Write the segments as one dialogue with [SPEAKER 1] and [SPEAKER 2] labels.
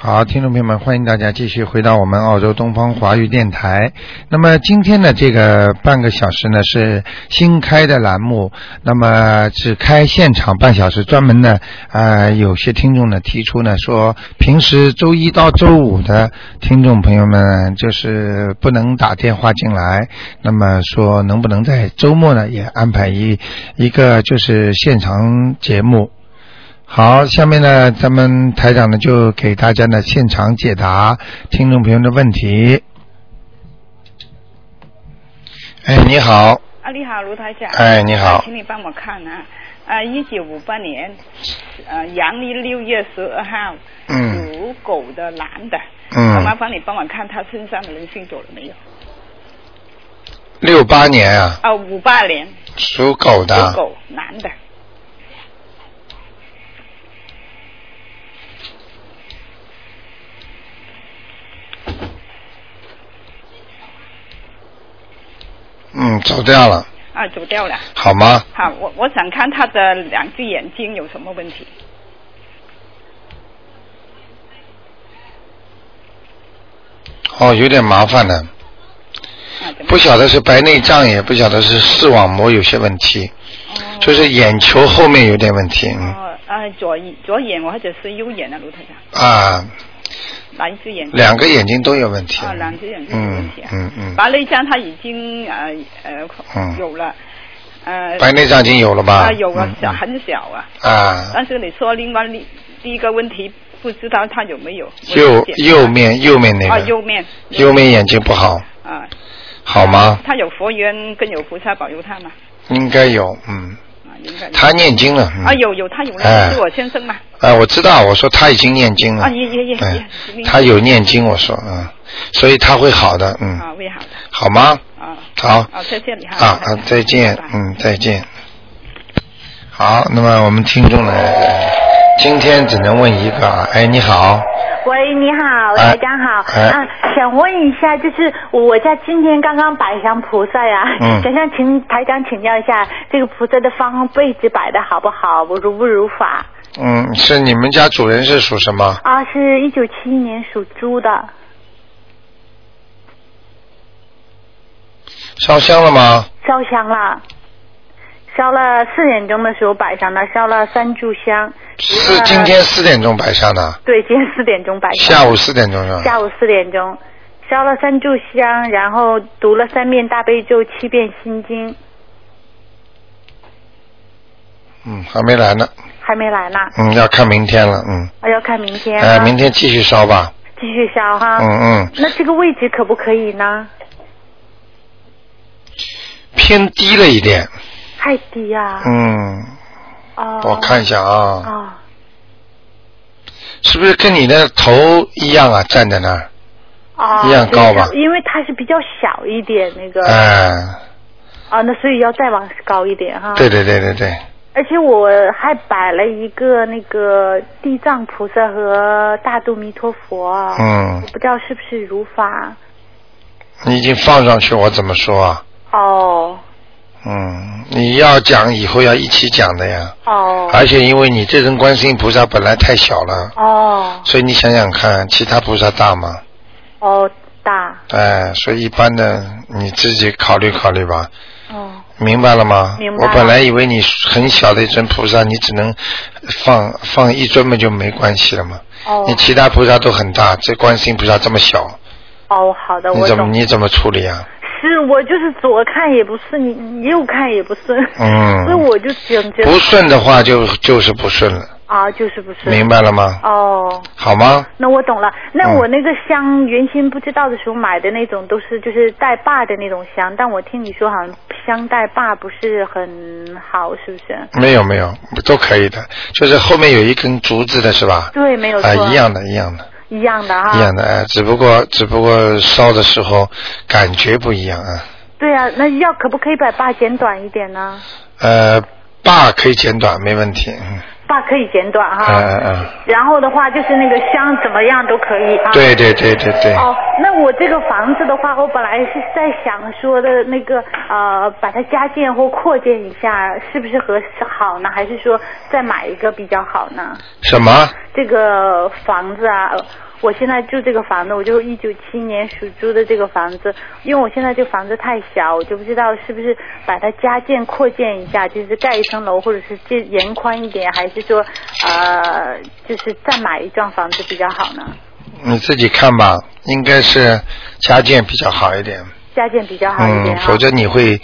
[SPEAKER 1] 好，听众朋友们，欢迎大家继续回到我们澳洲东方华语电台。那么今天的这个半个小时呢是新开的栏目，那么只开现场半小时，专门呢，呃，有些听众呢提出呢说，平时周一到周五的听众朋友们就是不能打电话进来，那么说能不能在周末呢也安排一一个就是现场节目。好，下面呢，咱们台长呢就给大家呢现场解答听众朋友的问题。哎，你好，
[SPEAKER 2] 啊，你好，卢台长。
[SPEAKER 1] 哎你好
[SPEAKER 2] 啊请你帮我看啊，啊，一九五八年，呃，阳历六月十二号，
[SPEAKER 1] 嗯
[SPEAKER 2] 属狗的男的，啊
[SPEAKER 1] 嗯
[SPEAKER 2] 麻烦你帮我看他身上的灵性走了没有？
[SPEAKER 1] 六八年啊，
[SPEAKER 2] 啊，五八年，
[SPEAKER 1] 属狗
[SPEAKER 2] 属
[SPEAKER 1] 的，
[SPEAKER 2] 狗，男的，
[SPEAKER 1] 嗯，走掉了，
[SPEAKER 2] 啊，走掉了。
[SPEAKER 1] 好吗？
[SPEAKER 2] 好，我我想看他的两只眼睛有什么问题。
[SPEAKER 1] 哦，有点麻烦呢，
[SPEAKER 2] 啊，怎么
[SPEAKER 1] 不晓得是白内障，也不晓得是视网膜有些问题，
[SPEAKER 2] 哦
[SPEAKER 1] 就是眼球后面有点问题，嗯
[SPEAKER 2] 哦，啊，左眼左眼或者是右眼啊，卢台长，
[SPEAKER 1] 啊，
[SPEAKER 2] 哪一只眼睛？
[SPEAKER 1] 两个眼睛都有问题，
[SPEAKER 2] 啊，两只眼睛有问
[SPEAKER 1] 嗯
[SPEAKER 2] 题啊。
[SPEAKER 1] 嗯嗯，
[SPEAKER 2] 白内障他已经呃呃
[SPEAKER 1] 嗯
[SPEAKER 2] 有了，呃
[SPEAKER 1] 白内障已经有了吧？
[SPEAKER 2] 啊有了
[SPEAKER 1] 嗯
[SPEAKER 2] 小
[SPEAKER 1] 嗯
[SPEAKER 2] 很小啊，
[SPEAKER 1] 啊，
[SPEAKER 2] 但是你说另外第第一个问题不知道他有没有
[SPEAKER 1] 右
[SPEAKER 2] 我理解
[SPEAKER 1] 右面右面那
[SPEAKER 2] 啊
[SPEAKER 1] 个，
[SPEAKER 2] 右面
[SPEAKER 1] 右面眼睛不好，
[SPEAKER 2] 啊
[SPEAKER 1] 好吗？
[SPEAKER 2] 他有佛缘跟有菩萨保佑他嘛
[SPEAKER 1] 应该有，嗯，
[SPEAKER 2] 啊应该有
[SPEAKER 1] 他念经了，嗯
[SPEAKER 2] 啊有有他有
[SPEAKER 1] 哎
[SPEAKER 2] 了是我先生嘛
[SPEAKER 1] 哎，我知道，我说他已经念经了
[SPEAKER 2] 啊，也也也
[SPEAKER 1] 嗯
[SPEAKER 2] 也明白
[SPEAKER 1] 他有念经，我说，嗯，所以他会好的，嗯，
[SPEAKER 2] 啊喂好的
[SPEAKER 1] 好吗？
[SPEAKER 2] 啊
[SPEAKER 1] 好，
[SPEAKER 2] 啊谢谢你哈
[SPEAKER 1] 啊啊，再见
[SPEAKER 2] 拜，拜
[SPEAKER 1] 嗯，再见。好，那么我们听众呢，今天只能问一个啊，哎，你好，
[SPEAKER 3] 喂，你好，
[SPEAKER 1] 哎
[SPEAKER 3] 台长好、
[SPEAKER 1] 哎
[SPEAKER 3] 啊，想问一下，就是我家今天刚刚摆上菩萨呀、
[SPEAKER 1] 嗯
[SPEAKER 3] 想向请台长请教一下，这个菩萨的方位置摆的好不好，我如不如法？
[SPEAKER 1] 嗯，是你们家主人是属什么？
[SPEAKER 3] 啊，是一九七一年属猪的，
[SPEAKER 1] 烧香了吗？
[SPEAKER 3] 烧香了，烧了四点钟的时候摆上的，烧了三炷香。
[SPEAKER 1] 是
[SPEAKER 3] 呃
[SPEAKER 1] 今天四点钟摆上的，
[SPEAKER 3] 对，今天四点钟摆上。
[SPEAKER 1] 下午四点钟是吧？
[SPEAKER 3] 下午四点钟，烧了三炷香，然后读了三遍大悲咒，七遍心经，
[SPEAKER 1] 嗯，还没来呢，
[SPEAKER 3] 还没来呢。
[SPEAKER 1] 嗯，要看明天了，嗯，
[SPEAKER 3] 我要看明天、啊，
[SPEAKER 1] 哎、明天继续烧吧，
[SPEAKER 3] 继续烧哈。
[SPEAKER 1] 嗯嗯，
[SPEAKER 3] 那这个位置可不可以呢？
[SPEAKER 1] 偏低了一点，
[SPEAKER 3] 太低呀、
[SPEAKER 1] 嗯，
[SPEAKER 3] 哦。
[SPEAKER 1] 我看一下
[SPEAKER 3] 啊、
[SPEAKER 1] 啊，是不是跟你的头一样啊，站在那儿，
[SPEAKER 3] 哦。
[SPEAKER 1] 一样高吧
[SPEAKER 3] 就是因为它是比较小一点那个。
[SPEAKER 1] 哎、
[SPEAKER 3] 啊，那所以要再往高一点哈。
[SPEAKER 1] 对。对对对对，
[SPEAKER 3] 而且我还摆了一个那个地藏菩萨和大肚弥陀佛，啊
[SPEAKER 1] 嗯
[SPEAKER 3] 我，不知道是不是如法。
[SPEAKER 1] 你已经放上去，我怎么说啊？
[SPEAKER 3] 哦
[SPEAKER 1] 嗯，你要讲以后要一起讲的呀，
[SPEAKER 3] 哦。
[SPEAKER 1] 而且因为你这尊观世音菩萨本来太小了，
[SPEAKER 3] 哦
[SPEAKER 1] 所以你想想看，其他菩萨大吗？
[SPEAKER 3] 哦大
[SPEAKER 1] 哎，所以一般的你自己考虑考虑吧，
[SPEAKER 3] 哦
[SPEAKER 1] 明白了吗？
[SPEAKER 3] 明白
[SPEAKER 1] 我
[SPEAKER 3] 了
[SPEAKER 1] 本来以为你很小的一尊菩萨，你只能放放一尊嘛就没关系了嘛。
[SPEAKER 3] 哦
[SPEAKER 1] 你其他菩萨都很大，这观世音菩萨这么小，
[SPEAKER 3] 哦好的，
[SPEAKER 1] 你
[SPEAKER 3] 我
[SPEAKER 1] 怎么
[SPEAKER 3] 懂。
[SPEAKER 1] 你怎么处理啊？
[SPEAKER 3] 是我就是左看也不是，你右看也不是，
[SPEAKER 1] 嗯
[SPEAKER 3] 所以我就总觉得
[SPEAKER 1] 不顺的话就就是不顺了，
[SPEAKER 3] 啊，就是不是。
[SPEAKER 1] 明白了吗？
[SPEAKER 3] 哦，
[SPEAKER 1] 好吗？
[SPEAKER 3] 那我懂了。那
[SPEAKER 1] 嗯
[SPEAKER 3] 我那个香原先不知道的时候买的那种都是就是带把的那种香，但我听你说好像香带把不是很好，是不是？
[SPEAKER 1] 没有没有，都可以的，就是后面有一根竹子的是吧？
[SPEAKER 3] 对，没有
[SPEAKER 1] 啊，
[SPEAKER 3] 错。啊
[SPEAKER 1] 一样的，一样的，
[SPEAKER 3] 一样的
[SPEAKER 1] 一
[SPEAKER 3] 哈。
[SPEAKER 1] 样的，哎，只不过只不过烧的时候感觉不一样啊。
[SPEAKER 3] 对啊，那要可不可以把把剪短一点呢？
[SPEAKER 1] 呃，把可以剪短，没问题。嗯，
[SPEAKER 3] 把可以剪短哈。
[SPEAKER 1] 嗯嗯
[SPEAKER 3] 然后的话就是那个香怎么样都可以啊。
[SPEAKER 1] 嗯，。对对对对对，
[SPEAKER 3] 哦，那我这个房子的话，我本来是在想说的那个呃，把它加建或扩建一下，是不是合适好呢？还是说再买一个比较好呢？
[SPEAKER 1] 什么？
[SPEAKER 3] 这个房子啊，呃我现在住这个房子，我就一九七年属猪的这个房子，因为我现在这房子太小，我就不知道是不是把它加建扩建一下，就是盖一层楼，或者是建延宽一点，还是说呃，就是再买一幢房子比较好呢？
[SPEAKER 1] 你自己看吧，应该是加建比较好一点。
[SPEAKER 3] 加建比较好一
[SPEAKER 1] 嗯
[SPEAKER 3] 点，啊。
[SPEAKER 1] 否则你会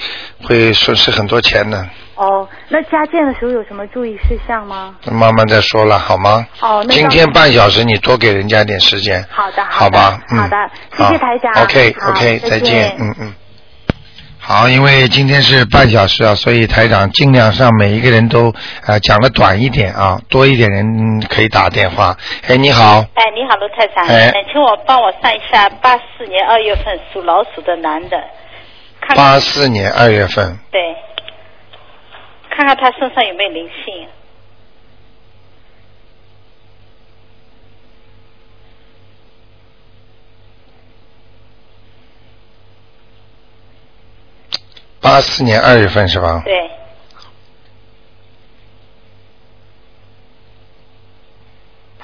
[SPEAKER 1] 会损失很多钱的。
[SPEAKER 3] 哦，那加建的时候有什么注意事项吗？
[SPEAKER 1] 慢慢再说了，好吗？
[SPEAKER 3] 哦那
[SPEAKER 1] 今
[SPEAKER 3] 到
[SPEAKER 1] 天半小时，你多给人家点时间。
[SPEAKER 3] 好的
[SPEAKER 1] 好
[SPEAKER 3] 好的
[SPEAKER 1] 吧，嗯，
[SPEAKER 3] 好的谢谢台长
[SPEAKER 1] OK
[SPEAKER 3] 好
[SPEAKER 1] OK，
[SPEAKER 3] 再
[SPEAKER 1] 再见
[SPEAKER 3] 见，
[SPEAKER 1] 嗯嗯。好，因为今天是半小时啊，所以台长尽量让每一个人都呃讲的短一点啊，多一点人嗯可以打电话。哎，你好，
[SPEAKER 4] 哎，你好，卢太长。
[SPEAKER 1] 哎
[SPEAKER 4] 呃请我帮我算一下八四年二月份属老鼠的男的，看看
[SPEAKER 1] 八四年二月份，
[SPEAKER 4] 对，看看他身上有没有灵性。
[SPEAKER 1] 八四年二月份是吧？
[SPEAKER 4] 对，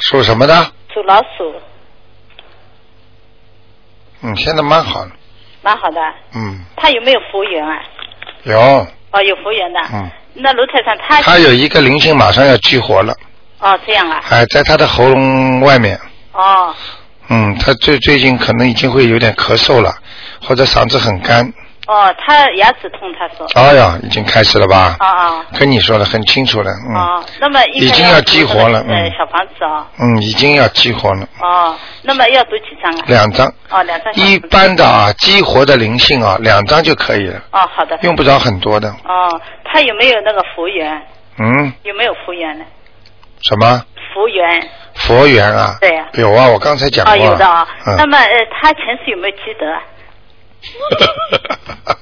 [SPEAKER 1] 属什么的？
[SPEAKER 4] 属老鼠，
[SPEAKER 1] 嗯，现在蛮好的，
[SPEAKER 4] 蛮好的。
[SPEAKER 1] 嗯，
[SPEAKER 4] 他有没有佛缘啊？
[SPEAKER 1] 有，
[SPEAKER 4] 哦，有佛缘的。
[SPEAKER 1] 嗯，
[SPEAKER 4] 那卢太长他
[SPEAKER 1] 他有一个灵性马上要激活了，
[SPEAKER 4] 哦这样啊
[SPEAKER 1] 还在他的喉咙外面。
[SPEAKER 4] 哦
[SPEAKER 1] 嗯，他最最近可能已经会有点咳嗽了，或者嗓子很干。
[SPEAKER 4] 哦，他牙齿痛，他说。
[SPEAKER 1] 哎呀，已经开始了吧？
[SPEAKER 4] 哦哦
[SPEAKER 1] 跟你说的很清楚了，嗯，
[SPEAKER 4] 哦，那么应该
[SPEAKER 1] 已经要激活了
[SPEAKER 4] 呃
[SPEAKER 1] 嗯，
[SPEAKER 4] 小房子哦。
[SPEAKER 1] 嗯，已经要激活了，
[SPEAKER 4] 哦，那么要读几张啊？
[SPEAKER 1] 两张，
[SPEAKER 4] 哦，两张小房子。
[SPEAKER 1] 一般的啊，激活的灵性啊，两张就可以了，
[SPEAKER 4] 哦，好的。
[SPEAKER 1] 用不着很多的。
[SPEAKER 4] 哦，他有没有那个佛缘？
[SPEAKER 1] 嗯，
[SPEAKER 4] 有没有佛缘呢？
[SPEAKER 1] 什么
[SPEAKER 4] 佛缘
[SPEAKER 1] 佛缘啊？
[SPEAKER 4] 对呀
[SPEAKER 1] 有啊，我刚才讲
[SPEAKER 4] 哦，
[SPEAKER 1] 过了。
[SPEAKER 4] 有的啊、
[SPEAKER 1] 嗯、
[SPEAKER 4] 那么呃，他前世有没有积德啊？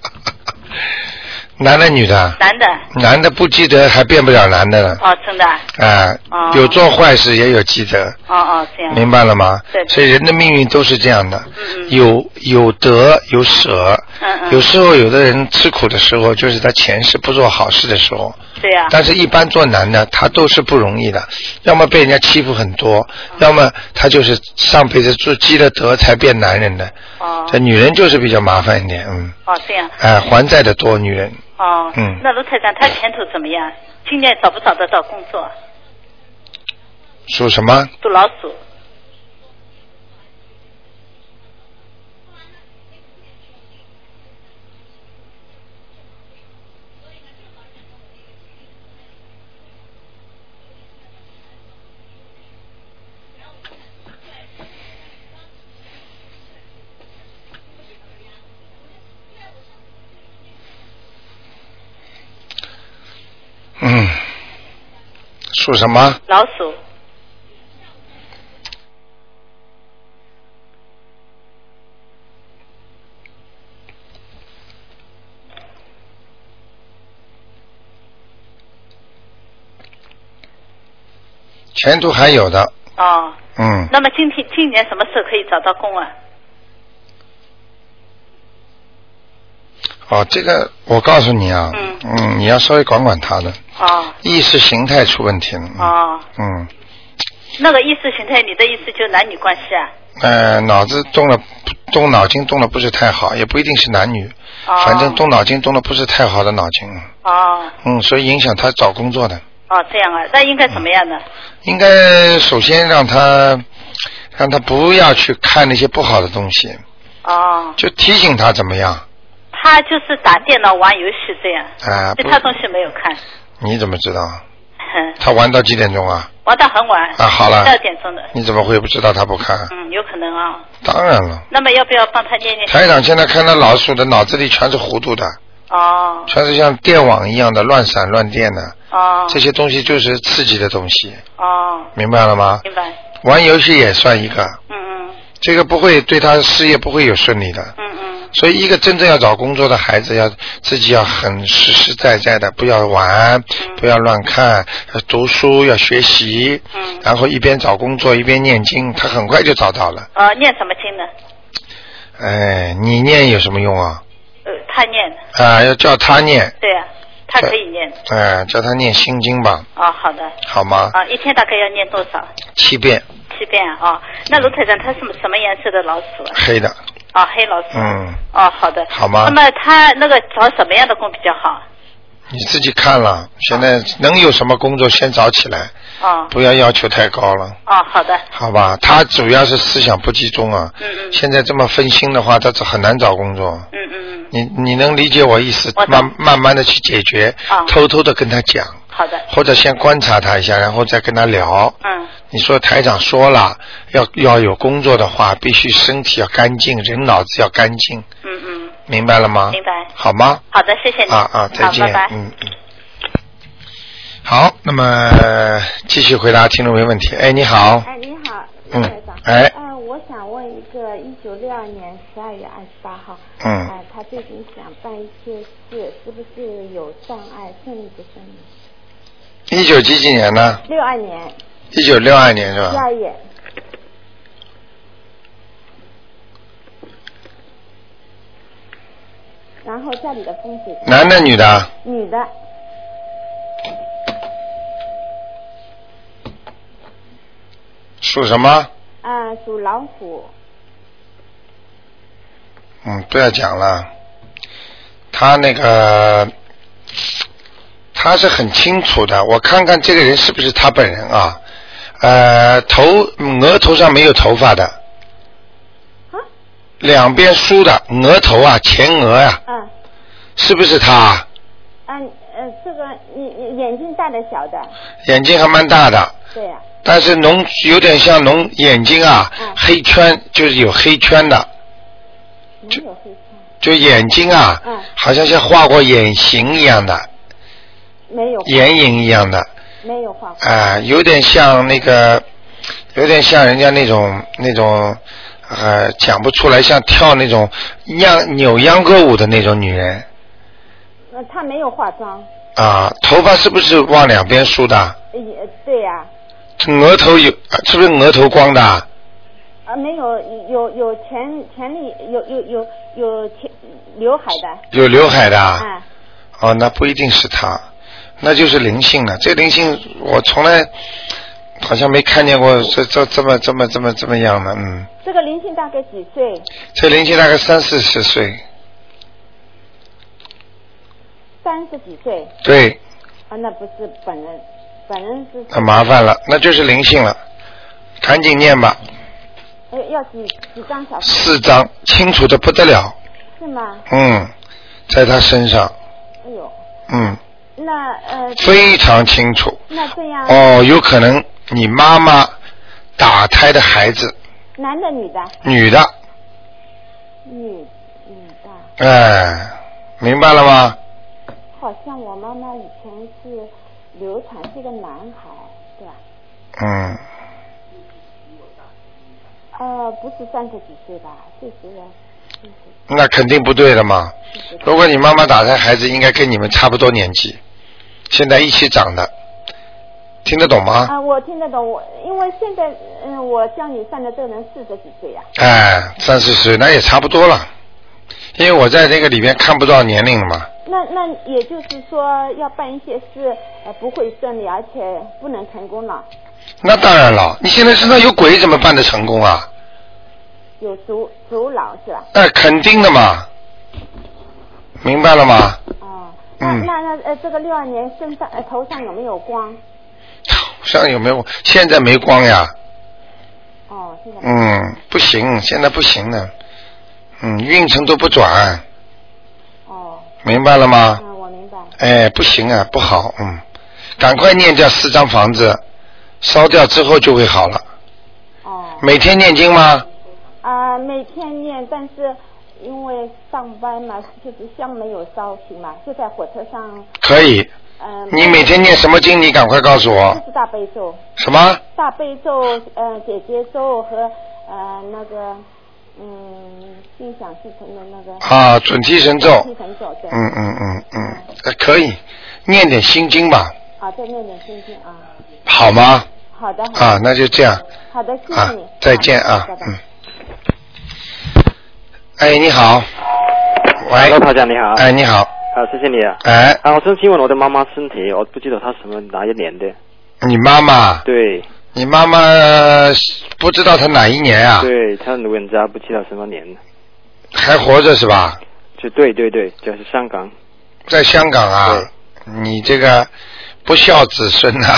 [SPEAKER 1] 男的女的？
[SPEAKER 4] 男的
[SPEAKER 1] 男的不积德还变不了男的了。
[SPEAKER 4] 哦，真的啊
[SPEAKER 1] 啊、
[SPEAKER 4] 哦
[SPEAKER 1] 呃有做坏事也有积德，
[SPEAKER 4] 哦哦，这样
[SPEAKER 1] 明白了吗？
[SPEAKER 4] 对对
[SPEAKER 1] 所以人的命运都是这样的，
[SPEAKER 4] 嗯嗯
[SPEAKER 1] 有有得有舍。
[SPEAKER 4] 嗯嗯
[SPEAKER 1] 有时候有的人吃苦的时候，就是他前世不做好事的时候。
[SPEAKER 4] 对啊呀、
[SPEAKER 1] 但是，一般做男的，他都是不容易的，要么被人家欺负很多，
[SPEAKER 4] 嗯
[SPEAKER 1] 要么他就是上辈子做积了德才变男人的。
[SPEAKER 4] 哦
[SPEAKER 1] 这女人就是比较麻烦一点，嗯，
[SPEAKER 4] 哦这样
[SPEAKER 1] 哎、还债的多，女人
[SPEAKER 4] 哦。
[SPEAKER 1] 嗯
[SPEAKER 4] 那卢台长他前途怎么样？今年找不找得到工作？
[SPEAKER 1] 属什么？
[SPEAKER 4] 属老鼠。
[SPEAKER 1] 嗯，属什么？
[SPEAKER 4] 老鼠，
[SPEAKER 1] 前途还有的，
[SPEAKER 4] 哦，
[SPEAKER 1] 嗯，
[SPEAKER 4] 那么今天今年什么时候可以找到工啊？
[SPEAKER 1] 哦，这个我告诉你啊，
[SPEAKER 4] 嗯
[SPEAKER 1] 你要稍微管管他的
[SPEAKER 4] 哦
[SPEAKER 1] 意识形态出问题了，
[SPEAKER 4] 哦，
[SPEAKER 1] 嗯，
[SPEAKER 4] 那个意识形态，你的意思就是男女关系啊？
[SPEAKER 1] 呃，脑子动了，动脑筋动的不是太好，也不一定是男女，
[SPEAKER 4] 哦，
[SPEAKER 1] 反正动脑筋动的不是太好的脑筋，
[SPEAKER 4] 哦
[SPEAKER 1] 嗯，所以影响他找工作的，
[SPEAKER 4] 哦这样啊，那应该怎么样呢？
[SPEAKER 1] 应该首先让他让他不要去看那些不好的东西，
[SPEAKER 4] 哦，
[SPEAKER 1] 就提醒他怎么样
[SPEAKER 4] 他就是打电脑玩游戏这样，
[SPEAKER 1] 啊、
[SPEAKER 4] 其
[SPEAKER 1] 不
[SPEAKER 4] 他东西没有看，
[SPEAKER 1] 你怎么知道？
[SPEAKER 4] 哼
[SPEAKER 1] 他玩到几点钟啊？
[SPEAKER 4] 玩到很晚，
[SPEAKER 1] 啊好了
[SPEAKER 4] 十二点钟的，
[SPEAKER 1] 你怎么会不知道他不看？
[SPEAKER 4] 嗯，有可能啊。
[SPEAKER 1] 当然了。
[SPEAKER 4] 那么要不要帮他念念？
[SPEAKER 1] 台长现在看到老鼠的脑子里全是糊涂的，
[SPEAKER 4] 哦
[SPEAKER 1] 全是像电网一样的乱闪乱电的，
[SPEAKER 4] 哦
[SPEAKER 1] 这些东西就是刺激的东西，
[SPEAKER 4] 哦，
[SPEAKER 1] 明白了吗？
[SPEAKER 4] 明白，
[SPEAKER 1] 玩游戏也算一个，
[SPEAKER 4] 嗯嗯
[SPEAKER 1] 这个不会对他事业不会有顺利的。
[SPEAKER 4] 嗯嗯，
[SPEAKER 1] 所以，一个真正要找工作的孩子，要自己要很实实在在的，不要
[SPEAKER 4] 嗯
[SPEAKER 1] 玩，不要乱看，要读书，要学习，
[SPEAKER 4] 嗯
[SPEAKER 1] 然后一边找工作一边念经，他很快就找到了。
[SPEAKER 4] 呃，念什么经呢？
[SPEAKER 1] 哎，你念有什么用啊？
[SPEAKER 4] 呃，他念的，
[SPEAKER 1] 啊，要叫他念，
[SPEAKER 4] 对呀、他可以念的。
[SPEAKER 1] 哎，叫他念心经吧，
[SPEAKER 4] 哦，好的，
[SPEAKER 1] 好吗？
[SPEAKER 4] 啊，一天大概要念多少？
[SPEAKER 1] 七遍，
[SPEAKER 4] 七遍哦。那卢台长，它什么什么颜色的老鼠啊？
[SPEAKER 1] 黑的，
[SPEAKER 4] 哦，黑老鼠。
[SPEAKER 1] 嗯，
[SPEAKER 4] 哦，好的。
[SPEAKER 1] 好吗
[SPEAKER 4] 那么它那个找什么样的工比较好？
[SPEAKER 1] 你自己看了，现在能有什么工作先找起来，
[SPEAKER 4] 哦，
[SPEAKER 1] 不要要求太高了。
[SPEAKER 4] 哦，好的。
[SPEAKER 1] 好吧，他主要是思想不集中啊。
[SPEAKER 4] 嗯嗯
[SPEAKER 1] 现在这么分心的话，他很难找工作。
[SPEAKER 4] 嗯嗯嗯，
[SPEAKER 1] 你你能理解我意思
[SPEAKER 4] 我？懂
[SPEAKER 1] 慢慢慢的去解决，
[SPEAKER 4] 啊
[SPEAKER 1] 偷偷的跟他讲，
[SPEAKER 4] 好的。
[SPEAKER 1] 或者先观察他一下，然后再跟他聊。
[SPEAKER 4] 嗯
[SPEAKER 1] 你说台长说了，要要有工作的话，必须身体要干净，人脑子要干净，
[SPEAKER 4] 嗯嗯，
[SPEAKER 1] 明白了吗？
[SPEAKER 4] 明白。
[SPEAKER 1] 好吗？
[SPEAKER 4] 好的，谢谢你。
[SPEAKER 1] 啊啊，再
[SPEAKER 4] 好，
[SPEAKER 1] 见。
[SPEAKER 4] 拜拜。
[SPEAKER 1] 嗯嗯。好，那么继续回答听众没问题。哎，你好，
[SPEAKER 5] 哎，你好，
[SPEAKER 1] 嗯
[SPEAKER 5] 台长。
[SPEAKER 1] 哎
[SPEAKER 5] 嗯、我想问一个，一九六二年十二月二十八号，
[SPEAKER 1] 嗯
[SPEAKER 5] 呃，他最近想办一些事，是不是有障碍，顺利不顺利？
[SPEAKER 1] 一九几几年呢？
[SPEAKER 5] 六二年
[SPEAKER 1] 一九六二年是
[SPEAKER 5] 十
[SPEAKER 1] 吧
[SPEAKER 5] 二？月，然后家里的风水，
[SPEAKER 1] 男的女的？
[SPEAKER 5] 女的，
[SPEAKER 1] 属什么？
[SPEAKER 5] 啊、属老虎，
[SPEAKER 1] 嗯，不要讲了。他那个，他是很清楚的。我看看这个人是不是他本人啊？呃，头额头上没有头发的，
[SPEAKER 5] 啊，
[SPEAKER 1] 两边梳的，额头啊，前额呀、
[SPEAKER 5] 嗯、
[SPEAKER 1] 是不是他啊？
[SPEAKER 5] 嗯、呃，这个你你眼睛大的小的，
[SPEAKER 1] 眼睛还蛮大的，
[SPEAKER 5] 对啊呀、
[SPEAKER 1] 但是浓有点像浓眼睛啊，
[SPEAKER 5] 嗯
[SPEAKER 1] 黑圈就是有黑圈的，
[SPEAKER 5] 没
[SPEAKER 1] 就
[SPEAKER 5] 有黑线，
[SPEAKER 1] 就眼睛啊，
[SPEAKER 5] 嗯
[SPEAKER 1] 好像像画过眼形一样的，
[SPEAKER 5] 没有
[SPEAKER 1] 眼影一样的，
[SPEAKER 5] 没有画过。
[SPEAKER 1] 啊、有点像那个，有点像人家那种那种，呃，讲不出来，像跳那种秧扭秧歌舞的那种女人
[SPEAKER 5] 呃，她没有化妆，呃
[SPEAKER 1] 啊、头发是不是往两边梳的？
[SPEAKER 5] 也对呀、
[SPEAKER 1] 额头有呃是不是额头光的啊？
[SPEAKER 5] 啊，没有有有前前力有有有有前刘海的，
[SPEAKER 1] 有刘海的啊？
[SPEAKER 5] 啊，
[SPEAKER 1] 哦，那不一定是他，那就是灵性了。这灵性我从来好像没看见过这这这么这么这么这么样的，嗯，
[SPEAKER 5] 这个林性大概几岁？
[SPEAKER 1] 这灵性大概三四十岁，
[SPEAKER 5] 三十几岁
[SPEAKER 1] 对，
[SPEAKER 5] 啊，那不是本人，本人是
[SPEAKER 1] 那麻烦了，那就是灵性了，赶紧念吧，
[SPEAKER 5] 呃要几几张小时
[SPEAKER 1] 四张清楚的不得了，
[SPEAKER 5] 是吗？
[SPEAKER 1] 嗯，在他身上，
[SPEAKER 5] 哎呦，
[SPEAKER 1] 嗯，
[SPEAKER 5] 那呃嗯
[SPEAKER 1] 非常清楚。
[SPEAKER 5] 那这样、
[SPEAKER 1] 哦，有可能你妈妈打胎的孩子，
[SPEAKER 5] 男的女的？
[SPEAKER 1] 女的，
[SPEAKER 5] 女女的，
[SPEAKER 1] 哎，明白了吗？
[SPEAKER 5] 好像我妈妈以前是流产，是个男孩，对吧？
[SPEAKER 1] 嗯。
[SPEAKER 5] 呃，不是三十几岁吧，四十了，四十
[SPEAKER 1] 那肯定不对了嘛。
[SPEAKER 5] 四十。
[SPEAKER 1] 如果你妈妈打胎，孩子应该跟你们差不多年纪，现在一起长的，听得懂吗？
[SPEAKER 5] 啊，我听得懂，我因为现在，嗯，我教你算的这个人四十几岁呀、
[SPEAKER 1] 哎，三四十那也差不多了，因为我在那个里面看不到年龄嘛。
[SPEAKER 5] 那那也就是说要办一些事，呃，不会顺利，而且不能成功了。
[SPEAKER 1] 那当然了，你现在身上有鬼，怎么办得成功啊？
[SPEAKER 5] 有主主老是吧？
[SPEAKER 1] 那肯定的嘛，明白了吗？
[SPEAKER 5] 哦，那、
[SPEAKER 1] 嗯
[SPEAKER 5] 那那呃，这个六二年身上呃头上有没有光？
[SPEAKER 1] 头上有没有？现在没光呀。
[SPEAKER 5] 哦，现在、
[SPEAKER 1] 嗯，不行，现在不行的。嗯，运程都不转，
[SPEAKER 5] 哦，
[SPEAKER 1] 明白了吗？
[SPEAKER 5] 嗯，我明白。
[SPEAKER 1] 哎，不行啊，不好，嗯，赶快念掉四张房子，烧掉之后就会好了。
[SPEAKER 5] 哦，
[SPEAKER 1] 每天念经吗？
[SPEAKER 5] 啊、每天念，但是因为上班嘛，就是香没有烧行嘛，就在火车上，
[SPEAKER 1] 可以。
[SPEAKER 5] 嗯、
[SPEAKER 1] 你每天念什么经？你赶快告诉
[SPEAKER 5] 就
[SPEAKER 1] 我。
[SPEAKER 5] 是大悲咒。
[SPEAKER 1] 什么？
[SPEAKER 5] 大悲咒、呃姐姐咒和呃那个嗯心想事成的那个
[SPEAKER 1] 啊，准提神咒。
[SPEAKER 5] 心神咒对，
[SPEAKER 1] 嗯嗯嗯嗯，呃可以，念点心经吧，
[SPEAKER 5] 啊再念点心经啊，
[SPEAKER 1] 好吗？
[SPEAKER 5] 好的好的
[SPEAKER 1] 啊，那就这样
[SPEAKER 5] 好的，谢
[SPEAKER 1] 啊
[SPEAKER 5] 谢你，，
[SPEAKER 1] 再见啊
[SPEAKER 5] 好的拜，拜
[SPEAKER 1] 嗯。哎，你好。喂
[SPEAKER 6] 罗。台长你好，
[SPEAKER 1] 哎，你好。
[SPEAKER 6] 啊，谢谢你啊。
[SPEAKER 1] 哎，
[SPEAKER 6] 啊，我想请问我的妈妈身体，我不知道她什么哪一年的。
[SPEAKER 1] 你妈妈
[SPEAKER 6] 对，
[SPEAKER 1] 你妈妈呃不知道她哪一年啊？
[SPEAKER 6] 对，他的文章不知道什么年的，
[SPEAKER 1] 还活着是吧？
[SPEAKER 6] 就对对对，就是香港。
[SPEAKER 1] 在香港啊，你这个不孝子孙 呐、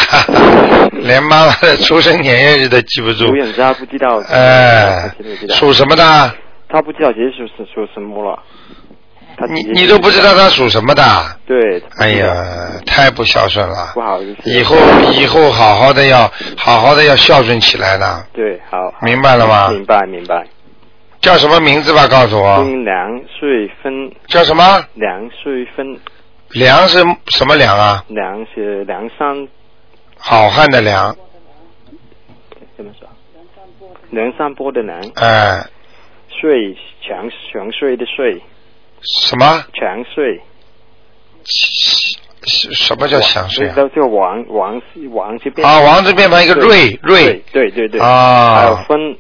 [SPEAKER 1] 连妈妈的出生年月日都记不住
[SPEAKER 6] 卢。远家不知道，
[SPEAKER 1] 哎
[SPEAKER 6] 不知道，
[SPEAKER 1] 属什么的？
[SPEAKER 6] 他不知道自己属属属什么了。他
[SPEAKER 1] 你
[SPEAKER 6] 自己
[SPEAKER 1] 你都不知道她属什么的？
[SPEAKER 6] 对，
[SPEAKER 1] 哎呀，太不孝顺了
[SPEAKER 6] 不。好意思。
[SPEAKER 1] 以后以后好好的要好好的要孝顺起来了。
[SPEAKER 6] 对，好，好
[SPEAKER 1] 明白了吗
[SPEAKER 6] 明白明白。
[SPEAKER 1] 叫什么名字吧？告诉我。
[SPEAKER 6] 分两岁分，
[SPEAKER 1] 叫什么？
[SPEAKER 6] 两岁分，
[SPEAKER 1] 梁是什么梁啊？
[SPEAKER 6] 两是两三
[SPEAKER 1] 好汉的梁，
[SPEAKER 6] 怎么说？梁山伯的梁，
[SPEAKER 1] 哎，
[SPEAKER 6] 岁强强岁的岁，
[SPEAKER 1] 什么？
[SPEAKER 6] 强岁。
[SPEAKER 1] 什什么叫祥水啊？
[SPEAKER 6] 这这个王王是王是变
[SPEAKER 1] 啊，王字边旁一个瑞瑞
[SPEAKER 6] 对对对对。
[SPEAKER 1] 啊
[SPEAKER 6] 还有分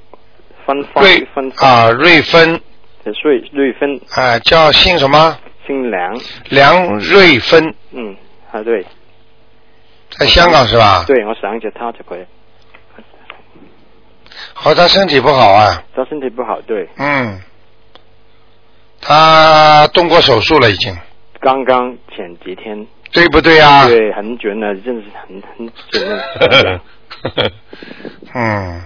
[SPEAKER 6] 分方
[SPEAKER 1] 瑞
[SPEAKER 6] 分方
[SPEAKER 1] 啊，瑞芬
[SPEAKER 6] 的岁瑞分
[SPEAKER 1] 啊，叫姓什么？
[SPEAKER 6] 姓梁，
[SPEAKER 1] 梁瑞芬，
[SPEAKER 6] 嗯，啊对
[SPEAKER 1] 在香港是吧？。
[SPEAKER 6] 对，我想着他就可以。
[SPEAKER 1] 好，他身体不好啊，
[SPEAKER 6] 他身体不好，对，
[SPEAKER 1] 嗯，他动过手术了已 经，
[SPEAKER 6] 刚刚前几天，
[SPEAKER 1] 对不对啊？
[SPEAKER 6] 对，很准了，真是很很准啊 了。
[SPEAKER 1] 嗯，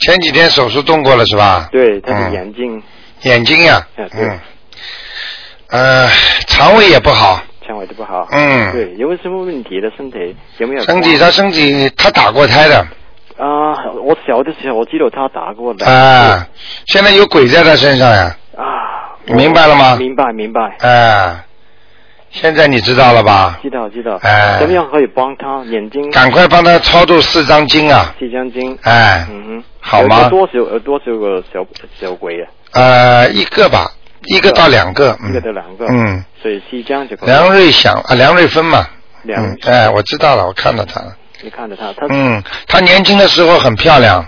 [SPEAKER 1] 前几天手术动过了是吧？
[SPEAKER 6] 对，他的
[SPEAKER 1] 嗯
[SPEAKER 6] 眼睛，
[SPEAKER 1] 眼睛呀、
[SPEAKER 6] 啊对
[SPEAKER 1] 嗯，呃，肠胃也不好，
[SPEAKER 6] 肠胃都不好。
[SPEAKER 1] 嗯
[SPEAKER 6] 对，有没有什么问题的身体？有没有？
[SPEAKER 1] 身体他身体他打过胎的，
[SPEAKER 6] 啊，我小的时候我知道他打过的。
[SPEAKER 1] 啊，现在有鬼在他身上呀，
[SPEAKER 6] 啊，我
[SPEAKER 1] 明白了吗
[SPEAKER 6] 明白明白，
[SPEAKER 1] 啊，现在你知道了吧？
[SPEAKER 6] 知道知道。
[SPEAKER 1] 哎
[SPEAKER 6] 怎么样可以帮他眼睛？
[SPEAKER 1] 赶快帮他超度四张经啊，
[SPEAKER 6] 西江经。
[SPEAKER 1] 哎，
[SPEAKER 6] 嗯哼。
[SPEAKER 1] 好吗
[SPEAKER 6] 有多少有多少个小小鬼啊？
[SPEAKER 1] 呃，一个吧，一个到两个，嗯
[SPEAKER 6] 一个到两个。
[SPEAKER 1] 嗯，
[SPEAKER 6] 所以西江就可以。
[SPEAKER 1] 梁瑞祥啊，梁瑞芬嘛，
[SPEAKER 6] 梁
[SPEAKER 1] 嗯，哎，我知道了，我看到他了，
[SPEAKER 6] 你看着他，他
[SPEAKER 1] 嗯，他年轻的时候很漂亮，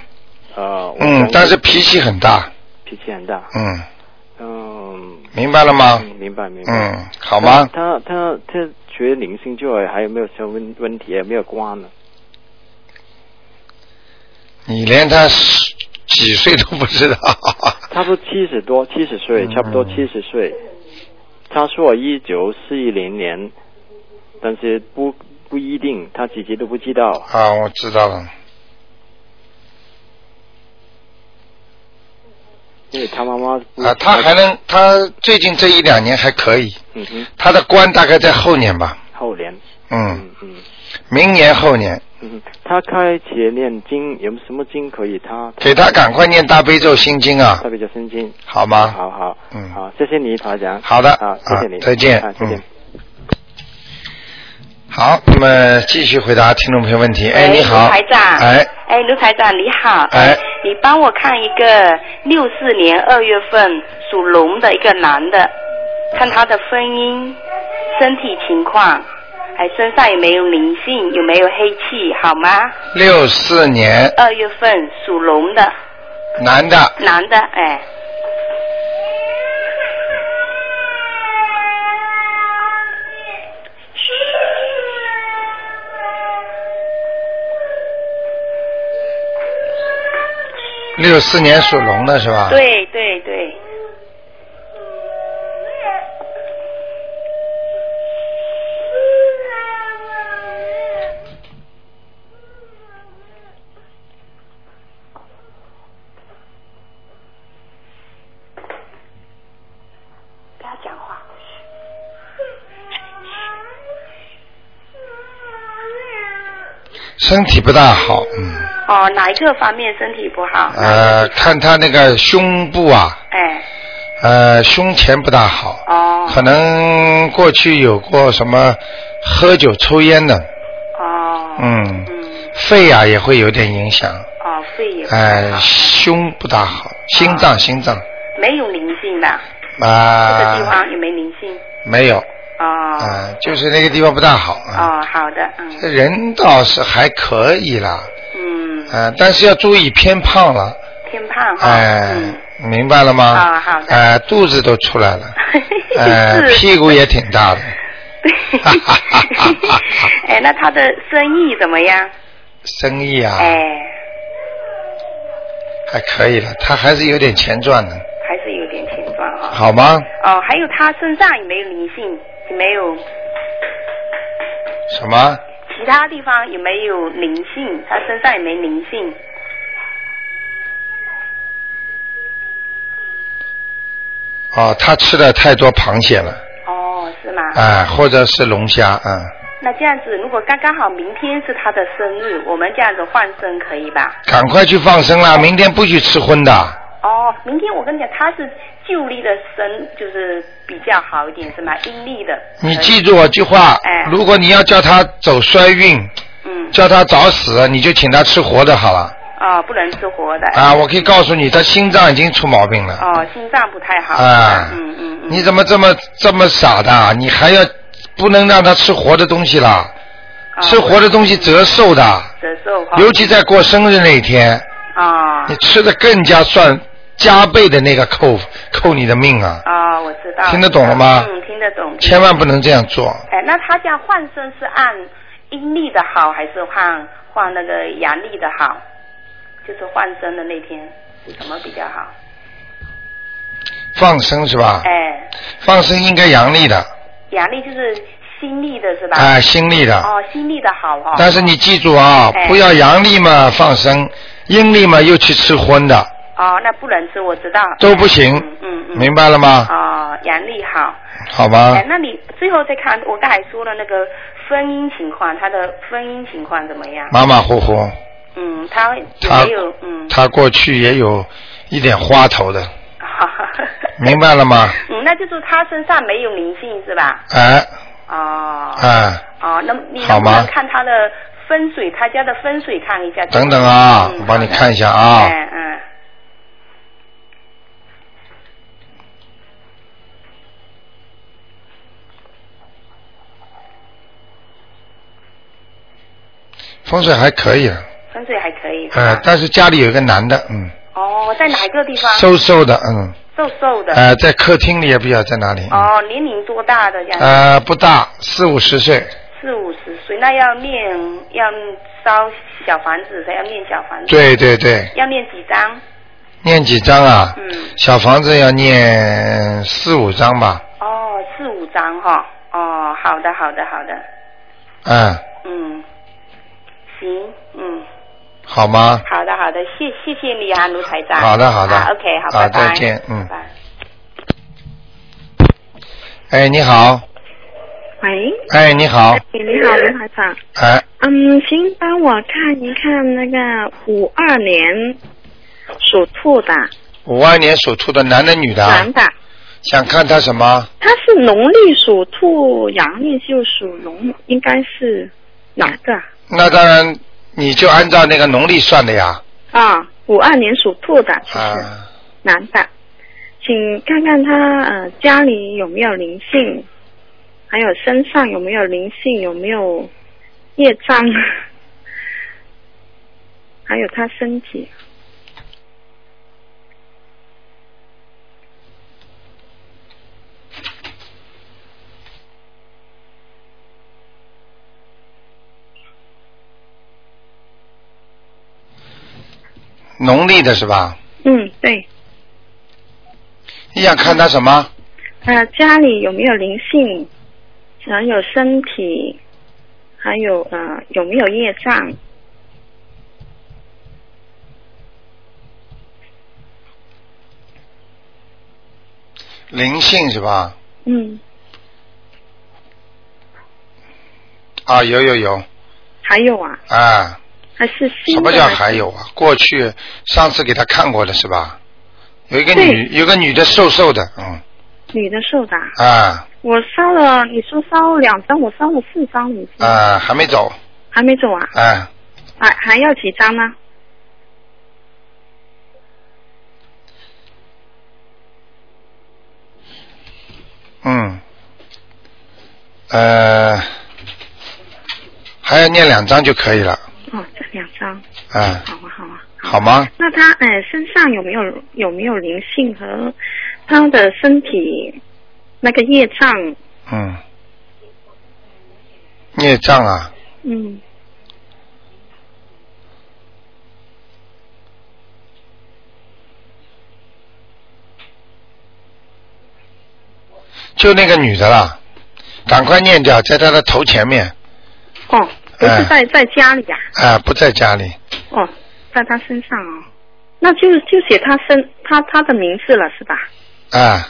[SPEAKER 6] 呃，我
[SPEAKER 1] 嗯
[SPEAKER 6] 想，
[SPEAKER 1] 但是脾气很大，
[SPEAKER 6] 脾气很大。
[SPEAKER 1] 嗯，
[SPEAKER 6] 嗯。
[SPEAKER 1] 明白了吗？
[SPEAKER 6] 嗯明白明白。
[SPEAKER 1] 嗯，好吗？
[SPEAKER 6] 他他他学灵性之外，还有没有什么问问题？有没有关呢？
[SPEAKER 1] 你连他是几岁都 不知道，
[SPEAKER 6] 差不多七十多，七十岁，
[SPEAKER 1] 嗯
[SPEAKER 6] 差不多七十岁。他说一九四零年，但是不不一定，他自己都不知道。
[SPEAKER 1] 啊，我知道了。
[SPEAKER 6] 因为他妈妈不
[SPEAKER 1] 啊，他还能，他最近这一两年还可以，
[SPEAKER 6] 嗯哼
[SPEAKER 1] 他的官大概在后年吧，
[SPEAKER 6] 后年，
[SPEAKER 1] 嗯，
[SPEAKER 6] 嗯嗯
[SPEAKER 1] 明年后年，
[SPEAKER 6] 嗯哼，他开始念经，有什么经可以他？
[SPEAKER 1] 给他赶快念大悲咒心经啊
[SPEAKER 6] 特，别叫圣经，
[SPEAKER 1] 好吗？
[SPEAKER 6] 好好，
[SPEAKER 1] 嗯
[SPEAKER 6] 好，谢谢你，台长。
[SPEAKER 1] 好的
[SPEAKER 6] 好，谢谢
[SPEAKER 1] 啊
[SPEAKER 6] 你，
[SPEAKER 1] 再见
[SPEAKER 6] 啊，再见
[SPEAKER 1] 嗯。好，那么继续回答听众朋友问题。哎，你好，
[SPEAKER 7] 卢台长。
[SPEAKER 1] 哎，。
[SPEAKER 7] 哎，卢台长，你好。
[SPEAKER 1] 哎
[SPEAKER 7] 你帮我看一个六四年二月份属龙的一个男的，看他的婚姻、身体情况，哎，身上有没有灵性，有没有黑气，好吗？
[SPEAKER 1] 六四年
[SPEAKER 7] 二月份属龙的
[SPEAKER 1] 男的，
[SPEAKER 7] 男的，哎，
[SPEAKER 1] 六四年属龙的是吧？。
[SPEAKER 7] 对对对，不要讲话。
[SPEAKER 1] 身体不大好，嗯，
[SPEAKER 7] 哦，哪一个方面身体不好？
[SPEAKER 1] 呃，看他那个胸部啊，
[SPEAKER 7] 哎，
[SPEAKER 1] 呃，胸前不大好，
[SPEAKER 7] 哦
[SPEAKER 1] 可能过去有过什么喝酒、抽烟的，
[SPEAKER 7] 哦，
[SPEAKER 1] 嗯
[SPEAKER 7] 嗯，
[SPEAKER 1] 肺啊也会有点影响，
[SPEAKER 7] 哦，肺也不
[SPEAKER 1] 哎、
[SPEAKER 7] 好，哦
[SPEAKER 1] 胸不大好，心脏、心脏
[SPEAKER 7] 没有灵性的，这个地
[SPEAKER 1] 啊、
[SPEAKER 7] 方有没灵性？
[SPEAKER 1] 没有啊、
[SPEAKER 7] 哦，
[SPEAKER 1] 就是那个地方不大好啊。
[SPEAKER 7] 哦，好的，
[SPEAKER 1] 这
[SPEAKER 7] 嗯
[SPEAKER 1] 人倒是还可以啦，
[SPEAKER 7] 嗯，
[SPEAKER 1] 啊，但是要注意偏胖了，
[SPEAKER 7] 偏胖哈，
[SPEAKER 1] 哎、
[SPEAKER 7] 嗯，
[SPEAKER 1] 明白了吗？
[SPEAKER 7] 啊好的
[SPEAKER 1] 哎肚子都出来了， 哎、
[SPEAKER 7] 是
[SPEAKER 1] 屁股 也挺 大的。
[SPEAKER 7] 对，哎，那他的生意怎么样？
[SPEAKER 1] 生意啊，
[SPEAKER 7] 哎，
[SPEAKER 1] 还可以了，他还是有点钱赚的，
[SPEAKER 7] 还是有点钱赚啊。
[SPEAKER 1] 好吗？
[SPEAKER 7] 哦，还有他身上有没有灵性？有没有
[SPEAKER 1] 什么？
[SPEAKER 7] 其他地方有没有灵性？他身上有没有灵性？
[SPEAKER 1] 哦，他吃了太多螃蟹了，
[SPEAKER 7] 哦，是吗？
[SPEAKER 1] 啊，或者是龙虾，嗯，
[SPEAKER 7] 那这样子，如果刚刚好明天是他的生日，我们这样子换生可以吧？
[SPEAKER 1] 赶快去放生啦，明天不许吃荤的。
[SPEAKER 7] 哦，明天我跟你讲，他是旧历的生，就是比较好一点是吗？阴历的。
[SPEAKER 1] 你记住我句话
[SPEAKER 7] 哎，
[SPEAKER 1] 如果你要叫他走衰运，
[SPEAKER 7] 嗯，
[SPEAKER 1] 叫他早死，你就请他吃活的好了。
[SPEAKER 7] 啊、不能吃活的。
[SPEAKER 1] 啊，我可以告诉你，他心脏已经出毛病了。
[SPEAKER 7] 哦，心脏不太好。
[SPEAKER 1] 啊
[SPEAKER 7] 嗯嗯嗯。
[SPEAKER 1] 你怎么这么这么傻的？啊你还要不能让他吃活的东西啦？
[SPEAKER 7] 哦
[SPEAKER 1] 吃活的东西折寿的，啊
[SPEAKER 7] 折寿哈。
[SPEAKER 1] 尤其在过生日那一天，
[SPEAKER 7] 啊
[SPEAKER 1] 你吃的更加算加倍的那个扣扣你的命啊！
[SPEAKER 7] 啊、我知道。
[SPEAKER 1] 听得懂了吗
[SPEAKER 7] 嗯，听得懂。
[SPEAKER 1] 千万不能这样做。
[SPEAKER 7] 哎，那他这样换生是按阴历的好，还是换换那个阳历的好？就是换生的那天，什么比较好？
[SPEAKER 1] 放生是吧？
[SPEAKER 7] 哎，
[SPEAKER 1] 放生应该阳历的，
[SPEAKER 7] 阳历就是新历的是吧？
[SPEAKER 1] 啊，新历的。
[SPEAKER 7] 哦，新历的好哦。
[SPEAKER 1] 但是你记住啊
[SPEAKER 7] 哎，
[SPEAKER 1] 不要阳历嘛放生，阴历嘛又去吃荤的，
[SPEAKER 7] 哦，那不能吃，我知道。
[SPEAKER 1] 都不行
[SPEAKER 7] 嗯嗯嗯。
[SPEAKER 1] 明白了吗？
[SPEAKER 7] 哦，阳历好。
[SPEAKER 1] 好吧
[SPEAKER 7] 哎，，那你最后再看，我刚才说了那个婚姻情况，他的婚姻情况怎么样？
[SPEAKER 1] 马马虎虎。
[SPEAKER 7] 嗯，他有
[SPEAKER 1] 他
[SPEAKER 7] 没有嗯？
[SPEAKER 1] 他过去也有一点花头的，
[SPEAKER 7] 哈哈哈
[SPEAKER 1] 明白了吗？
[SPEAKER 7] 嗯，那就是他身上没有灵性是吧？
[SPEAKER 1] 哎
[SPEAKER 7] 哦。
[SPEAKER 1] 哎，
[SPEAKER 7] 哦，那你
[SPEAKER 1] 好
[SPEAKER 7] 能不
[SPEAKER 1] 吗
[SPEAKER 7] 能看他的风水，他家的风水看一下？
[SPEAKER 1] 等等啊，
[SPEAKER 7] 嗯
[SPEAKER 1] 我帮你看一下
[SPEAKER 7] 好
[SPEAKER 1] 啊
[SPEAKER 7] 的。嗯嗯。
[SPEAKER 1] 风水还可以，
[SPEAKER 7] 风水还可以。是吧
[SPEAKER 1] 呃，但是家里有一个男的，嗯，
[SPEAKER 7] 哦，在哪一个地方？
[SPEAKER 1] 瘦瘦的，嗯，
[SPEAKER 7] 瘦瘦的。
[SPEAKER 1] 呃，在客厅里也不知道在哪里，嗯
[SPEAKER 7] 哦，年龄多大的这样？
[SPEAKER 1] 呃，不大，四五十岁，
[SPEAKER 7] 四五十岁，那要念要烧小房子，还要念小房子。。
[SPEAKER 1] 对对对，
[SPEAKER 7] 要念几张？
[SPEAKER 1] 念几张啊？
[SPEAKER 7] 嗯
[SPEAKER 1] 小房子要念四五张吧，
[SPEAKER 7] 哦，四五张哈、哦，好的，好的，好的。
[SPEAKER 1] 嗯，
[SPEAKER 7] 嗯，行，嗯，
[SPEAKER 1] 好吗？
[SPEAKER 7] 好的，好的，谢谢谢你啊，卢台长。
[SPEAKER 1] 啊好的好的
[SPEAKER 7] 啊、OK，好，拜
[SPEAKER 1] 啊
[SPEAKER 7] 拜。
[SPEAKER 1] 再见嗯
[SPEAKER 7] 拜拜。
[SPEAKER 1] 哎，你好，
[SPEAKER 8] 喂，
[SPEAKER 1] 哎，你好，
[SPEAKER 8] 你好，卢台长。
[SPEAKER 1] 哎，
[SPEAKER 8] 嗯，请帮我看一看那个五二年属兔的
[SPEAKER 1] 五二年属兔的男的女的啊
[SPEAKER 8] 男，的，
[SPEAKER 1] 想看他什么？
[SPEAKER 8] 他是农历属兔，阳历就属龙，应该是哪个啊
[SPEAKER 1] 那当然，你就按照那个农历算的呀，
[SPEAKER 8] 啊？五二年属兔的，就是、
[SPEAKER 1] 啊，
[SPEAKER 8] 男的，请看看他呃家里有没有灵性，还有身上有没有灵性，有没有业障，还有他身体。
[SPEAKER 1] 农历的是吧？
[SPEAKER 8] 嗯，对，
[SPEAKER 1] 你想看他什么？
[SPEAKER 8] 呃，家里有没有灵性，还有身体，还有呃有没有业障？
[SPEAKER 1] 灵性是吧？
[SPEAKER 8] 嗯，
[SPEAKER 1] 啊，有有有，
[SPEAKER 8] 还有啊，
[SPEAKER 1] 啊，
[SPEAKER 8] 还是
[SPEAKER 1] 什
[SPEAKER 8] 新的
[SPEAKER 1] 么叫
[SPEAKER 8] 还是
[SPEAKER 1] 还有啊？过去上次给他看过的是吧？有一个女，有个女的瘦瘦的，嗯，
[SPEAKER 8] 女的受的啊？
[SPEAKER 1] 啊
[SPEAKER 8] 我烧了，你说烧两张，我烧了四张，你说、
[SPEAKER 1] 啊，还没走，
[SPEAKER 8] 还没走啊？
[SPEAKER 1] 啊，
[SPEAKER 8] 还还要几张呢？
[SPEAKER 1] 嗯，呃，还要念两张就可以了，
[SPEAKER 8] 哦，这两张，
[SPEAKER 1] 啊，
[SPEAKER 8] 好啊，好啊。
[SPEAKER 1] 好吗？
[SPEAKER 8] 那他哎、呃身上有没有有没有灵性和他的身体那个业障？
[SPEAKER 1] 嗯，孽障啊，
[SPEAKER 8] 嗯，
[SPEAKER 1] 就那个女的啦，赶快念掉，在她的头前面，
[SPEAKER 8] 哦，不是
[SPEAKER 1] 哎
[SPEAKER 8] 在在家里呀、
[SPEAKER 1] 啊、不在家里，
[SPEAKER 8] 哦，在他身上哦，那就就写他身他他的名字了是吧？
[SPEAKER 1] 啊、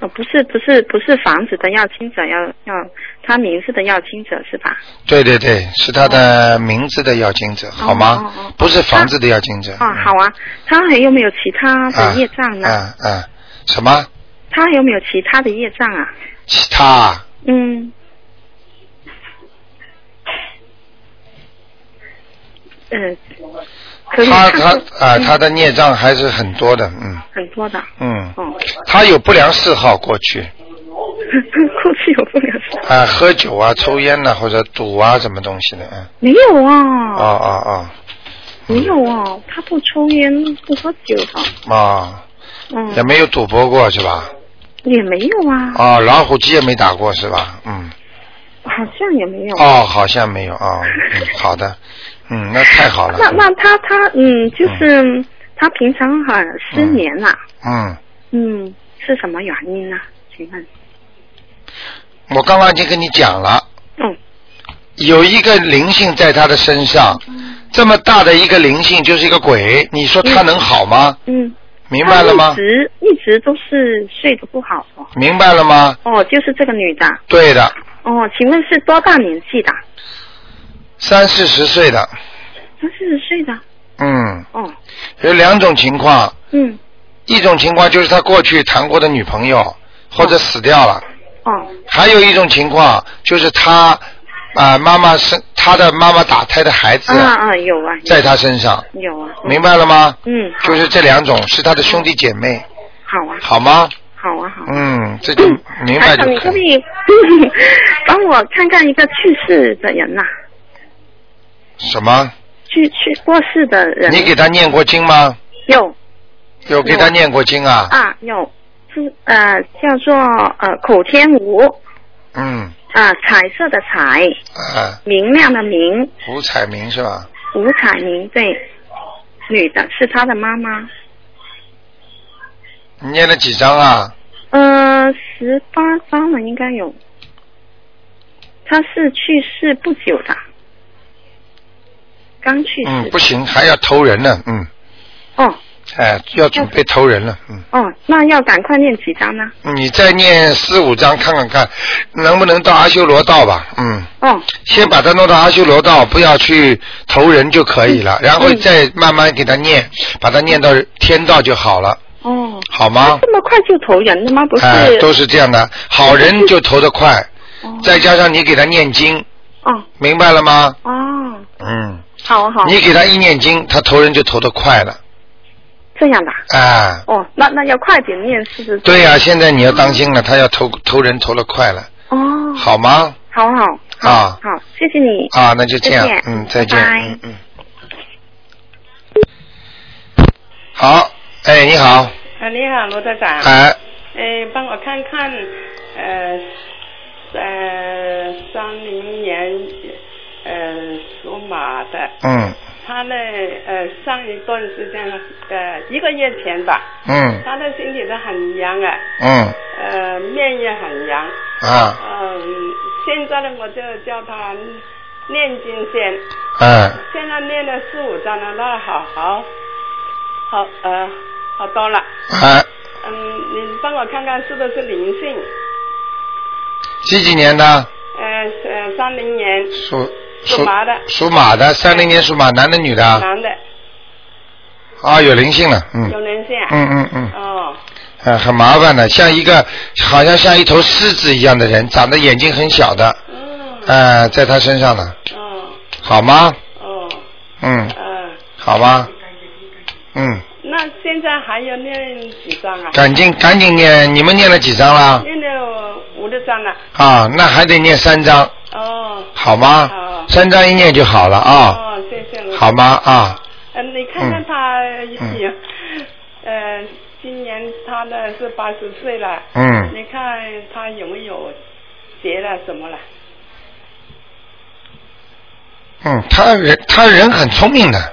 [SPEAKER 8] 哦，不是不是不是房子的要亲者要要他名字的要亲者是吧？
[SPEAKER 1] 对对对，是她的名字的要经者，好
[SPEAKER 8] 哦
[SPEAKER 1] 吗？
[SPEAKER 8] 哦哦
[SPEAKER 1] 不是房子的要经者。
[SPEAKER 8] 哦，好啊，他还有没有其他
[SPEAKER 1] 啊
[SPEAKER 8] 的业障呢？
[SPEAKER 1] 啊啊，什么？
[SPEAKER 8] 他还有没有其他的业障啊？
[SPEAKER 1] 其他啊
[SPEAKER 8] 嗯，呃，可以
[SPEAKER 1] 他
[SPEAKER 8] 看
[SPEAKER 1] 他 啊，
[SPEAKER 8] 嗯
[SPEAKER 1] 他的孽障还是很多的，嗯
[SPEAKER 8] 很多的，
[SPEAKER 1] 嗯，
[SPEAKER 8] 哦，
[SPEAKER 1] 他有不良嗜好，过去
[SPEAKER 8] 过去有不良事，
[SPEAKER 1] 啊，喝酒啊、抽烟呐、或者赌啊，什么东西的，嗯，
[SPEAKER 8] 没有啊，
[SPEAKER 1] 哦哦
[SPEAKER 8] 没有哦，他不抽烟不喝酒的，
[SPEAKER 1] 哦哦，
[SPEAKER 8] 嗯，
[SPEAKER 1] 也没有赌博过是吧？
[SPEAKER 8] 也没有啊，
[SPEAKER 1] 哦，老虎机也没打过是吧？嗯，
[SPEAKER 8] 好像也没有。
[SPEAKER 1] 哦，好像没有哦， 嗯，好的，嗯，那太好了，
[SPEAKER 8] 那那他他嗯，就是、他平常很失眠啦、
[SPEAKER 1] 嗯，
[SPEAKER 8] 嗯是什么原因呢、请问？
[SPEAKER 1] 我刚刚已经跟你讲了，
[SPEAKER 8] 嗯，
[SPEAKER 1] 有一个灵性在他的身上，这么大的一个灵性就是一个鬼，你说他能好吗？
[SPEAKER 8] 嗯，
[SPEAKER 1] 明白了
[SPEAKER 8] 他一
[SPEAKER 1] 吗？
[SPEAKER 8] 直一直都是睡得不好哦。
[SPEAKER 1] 明白了吗？
[SPEAKER 8] 哦，就是这个女的。
[SPEAKER 1] 对的，
[SPEAKER 8] 哦，请问是多大年纪的？
[SPEAKER 1] 三四十岁的，
[SPEAKER 8] 三四十岁的。
[SPEAKER 1] 嗯，
[SPEAKER 8] 哦，
[SPEAKER 1] 有两种情况，
[SPEAKER 8] 嗯，
[SPEAKER 1] 一种情况就是他过去谈过的女朋友或者死掉了，
[SPEAKER 8] 哦，
[SPEAKER 1] 还有一种情况就是他啊、妈妈生他的妈妈打胎的孩子
[SPEAKER 8] 啊啊，有啊，有
[SPEAKER 1] 在他身上，
[SPEAKER 8] 有啊。
[SPEAKER 1] 明白了吗？
[SPEAKER 8] 嗯，好
[SPEAKER 1] 就是这两种是他的兄弟姐妹，
[SPEAKER 8] 好啊，
[SPEAKER 1] 好吗？
[SPEAKER 8] 好啊，好啊。
[SPEAKER 1] 嗯，这就明
[SPEAKER 8] 台
[SPEAKER 1] 白就
[SPEAKER 8] 长，你可
[SPEAKER 1] 可
[SPEAKER 8] 不可
[SPEAKER 1] 以。
[SPEAKER 8] 以 帮我看看一个去世的人呐、
[SPEAKER 1] 什么？
[SPEAKER 8] 去去过世的人
[SPEAKER 1] 你给他念过经吗？
[SPEAKER 8] 有
[SPEAKER 1] 有给他念过经啊？
[SPEAKER 8] 啊有是呃叫做呃口天吴
[SPEAKER 1] 嗯，
[SPEAKER 8] 啊、彩色的彩
[SPEAKER 1] 啊，
[SPEAKER 8] 明亮的明
[SPEAKER 1] 胡彩明是吧？
[SPEAKER 8] 吴彩明对女的是她的妈妈
[SPEAKER 1] 你念了几张啊？
[SPEAKER 8] 呃十八张了应该有她是去世不久的刚去世、
[SPEAKER 1] 嗯，不行，还要投人呢。嗯，
[SPEAKER 8] 哦
[SPEAKER 1] 哎，要准备投人了。嗯，
[SPEAKER 8] 哦那要赶快念几张呢
[SPEAKER 1] 你再念四五张看看看，能不能到阿修罗道吧？嗯，
[SPEAKER 8] 哦
[SPEAKER 1] 先把它弄到阿修罗道，不要去投人就可以
[SPEAKER 8] 嗯
[SPEAKER 1] 了，然后再慢慢给他念，把它念到天道就好了，
[SPEAKER 8] 哦
[SPEAKER 1] 好吗？
[SPEAKER 8] 这么快就投人了吗不是、
[SPEAKER 1] 哎，都是这样的，好人就投得快，
[SPEAKER 8] 哦
[SPEAKER 1] 再加上你给他念经，
[SPEAKER 8] 哦
[SPEAKER 1] 明白了吗？
[SPEAKER 8] 哦
[SPEAKER 1] 嗯，
[SPEAKER 8] 好啊好啊
[SPEAKER 1] 你给他一念经，他投人就投得快了，
[SPEAKER 8] 这样的啊。
[SPEAKER 1] 啊，
[SPEAKER 8] 哦，那那要快点念是不是？
[SPEAKER 1] 对呀、现在你要当心了，他要投投人投得快了，
[SPEAKER 8] 哦，
[SPEAKER 1] 好吗？
[SPEAKER 8] 好好好
[SPEAKER 1] 啊
[SPEAKER 8] 好，谢谢你。
[SPEAKER 1] 啊，那就这样
[SPEAKER 8] 再见，
[SPEAKER 1] 嗯，再见，
[SPEAKER 8] 拜拜
[SPEAKER 1] 嗯嗯。好，哎，你好，
[SPEAKER 9] 啊，你好，罗队长。
[SPEAKER 1] 哎，
[SPEAKER 9] 哎，帮我看看，呃，呃，三零年，呃，属马的，
[SPEAKER 1] 嗯
[SPEAKER 9] 他呢，呃，上一段时间，呃，一个月前吧，
[SPEAKER 1] 嗯
[SPEAKER 9] 他的身体都很痒啊，
[SPEAKER 1] 嗯
[SPEAKER 9] 呃，面也很痒，
[SPEAKER 1] 啊
[SPEAKER 9] 嗯、现在呢，我就叫他念经先，
[SPEAKER 1] 哎
[SPEAKER 9] 现在念了四五章了，那好好，好呃，好多了。
[SPEAKER 1] 哎，
[SPEAKER 9] 嗯，你帮我看看是不是灵性？
[SPEAKER 1] 几几年的？
[SPEAKER 9] 呃呃，三零年
[SPEAKER 1] 属
[SPEAKER 9] 属马的
[SPEAKER 1] 属马的，三零年属马，男的女的？
[SPEAKER 9] 男的
[SPEAKER 1] 啊，有灵性了，
[SPEAKER 9] 有
[SPEAKER 1] 嗯，
[SPEAKER 9] 灵性啊？
[SPEAKER 1] 嗯嗯嗯，
[SPEAKER 9] 哦
[SPEAKER 1] 呃，很麻烦的，像一个好像像一头狮子一样的人，长得眼睛很小的，
[SPEAKER 9] 嗯
[SPEAKER 1] 呃，在他身上呢，
[SPEAKER 9] 哦
[SPEAKER 1] 好吗？
[SPEAKER 9] 哦
[SPEAKER 1] 嗯，
[SPEAKER 9] 呃，
[SPEAKER 1] 好吧，嗯，
[SPEAKER 9] 那现在还要念几张啊？
[SPEAKER 1] 赶紧赶紧念，你们念了几章啦？
[SPEAKER 9] 念了五六张了。
[SPEAKER 1] 啊，那还得念三章，
[SPEAKER 9] 哦
[SPEAKER 1] 好吗？
[SPEAKER 9] 好
[SPEAKER 1] 三章一念就好了啊，
[SPEAKER 9] 哦，谢谢了。
[SPEAKER 1] 好吗？啊，
[SPEAKER 9] 嗯，你看看他
[SPEAKER 1] 嗯
[SPEAKER 9] 有呃，今年他呢是八十岁了，
[SPEAKER 1] 嗯，
[SPEAKER 9] 你看他有没有结了什么了？
[SPEAKER 1] 嗯，他人他人很聪明的，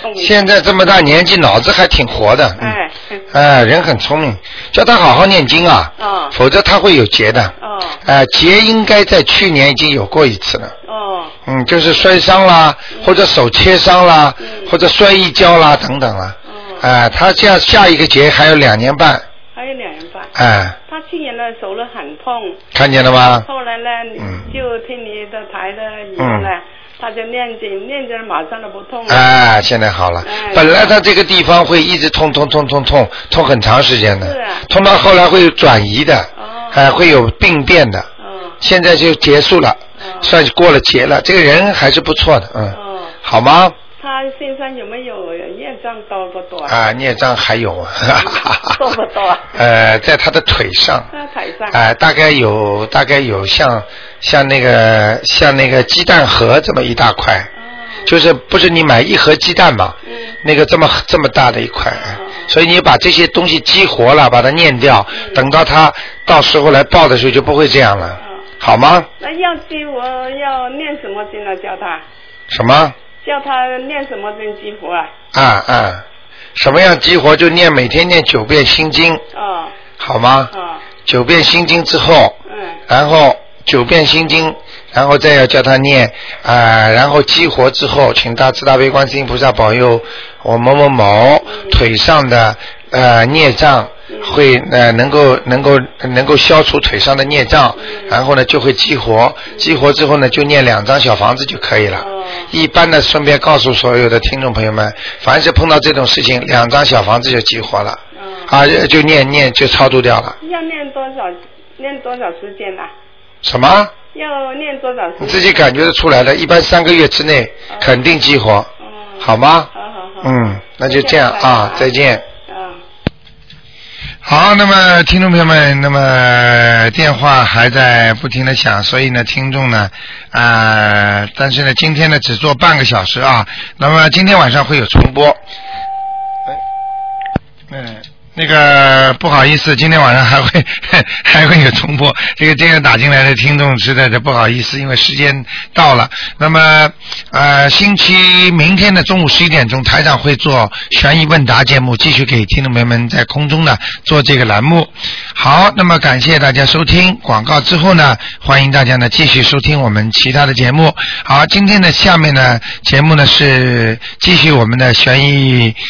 [SPEAKER 9] 动一下
[SPEAKER 1] 现在这么大年纪，脑子还挺活的，嗯
[SPEAKER 9] 哎，
[SPEAKER 1] 哎，人很聪明，叫他好好念经啊，
[SPEAKER 9] 哦
[SPEAKER 1] 否则他会有劫的。
[SPEAKER 9] 哦
[SPEAKER 1] 哎，劫应该在去年已经有过一次了。
[SPEAKER 9] 哦嗯
[SPEAKER 1] 嗯，就是摔伤啦，或者手切伤啦，或者摔一跤啦，等等啦。
[SPEAKER 9] 哦
[SPEAKER 1] 哎、他这样下一个节还有两年半，
[SPEAKER 9] 还有两人半。
[SPEAKER 1] 哎、
[SPEAKER 9] 他去年呢手呢很痛，
[SPEAKER 1] 看见了吗？嗯
[SPEAKER 9] 后来呢，你就听你的台的以后呢，他就念经，念经马上就不痛了。
[SPEAKER 1] 哎、现在好了。本来他这个地方会一直痛痛痛痛痛痛很长时间的，痛到后来会有转移的，还、会有病变的。现在就结束了，算是过了节了。这个人还是不错的，嗯，好吗？
[SPEAKER 9] 他身上有没有业障多不多？
[SPEAKER 1] 啊，孽障还有啊，
[SPEAKER 9] 多不多？
[SPEAKER 1] 呃，在他的腿上。
[SPEAKER 9] 在台 上。
[SPEAKER 1] 哎、大概有大概有像像那个像那个鸡蛋盒这么一大块，
[SPEAKER 9] 哦
[SPEAKER 1] 就是不是你买一盒鸡蛋嘛？
[SPEAKER 9] 嗯
[SPEAKER 1] 那个这么这么大的一块，
[SPEAKER 9] 哦
[SPEAKER 1] 所以你把这些东西激活了，把它念掉，
[SPEAKER 9] 嗯
[SPEAKER 1] 等到它到时候来报的时候就不会这样
[SPEAKER 9] 嗯
[SPEAKER 1] 了，好吗？
[SPEAKER 9] 那要激我要念什么经呢？叫他
[SPEAKER 1] 什么？
[SPEAKER 9] 叫他念什么经激活啊？
[SPEAKER 1] 啊啊，什么样激活就念每天念九遍心经，
[SPEAKER 9] 哦
[SPEAKER 1] 好吗？
[SPEAKER 9] 哦嗯
[SPEAKER 1] 九遍心经之后，然后九遍心经，然后再要叫他念啊、然后激活之后，请大慈大悲观世音菩萨保佑我某某某腿上的呃孽障。会呃能够能够能够消除腿上的孽障，然后呢就会激活，激活之后呢就念两张小房子就可以了。一般的顺便告诉所有的听众朋友们，凡是碰到这种事情，两张小房子就激活了，啊就念念就超度掉了。
[SPEAKER 9] 要念多少念多少时间啊？
[SPEAKER 1] 什么？
[SPEAKER 9] 要念多少时
[SPEAKER 1] 你
[SPEAKER 9] 间？
[SPEAKER 1] 自己感觉得出来的，一般三个月之内肯定激活，嗯好吗？嗯，那就这样啊，再见。好，那么听众朋友们，那么电话还在不停的响，所以呢，听众呢，啊、但是呢，今天呢只做半个小时啊，那么今天晚上会有重播。
[SPEAKER 6] 哎
[SPEAKER 1] 嗯，那个不好意思，今天晚上还会 还会有重播。这个这个打进来的听众实在是不好意思，因为时间到了。那么呃，星期明天的中午十一点钟，台长会做悬疑问答节目，继续给听众朋友们在空中呢做这个栏目。好，那么感谢大家收听广告之后呢，欢迎大家呢继续收听我们其他的节目。好，今天的下面呢节目呢是继续我们的悬疑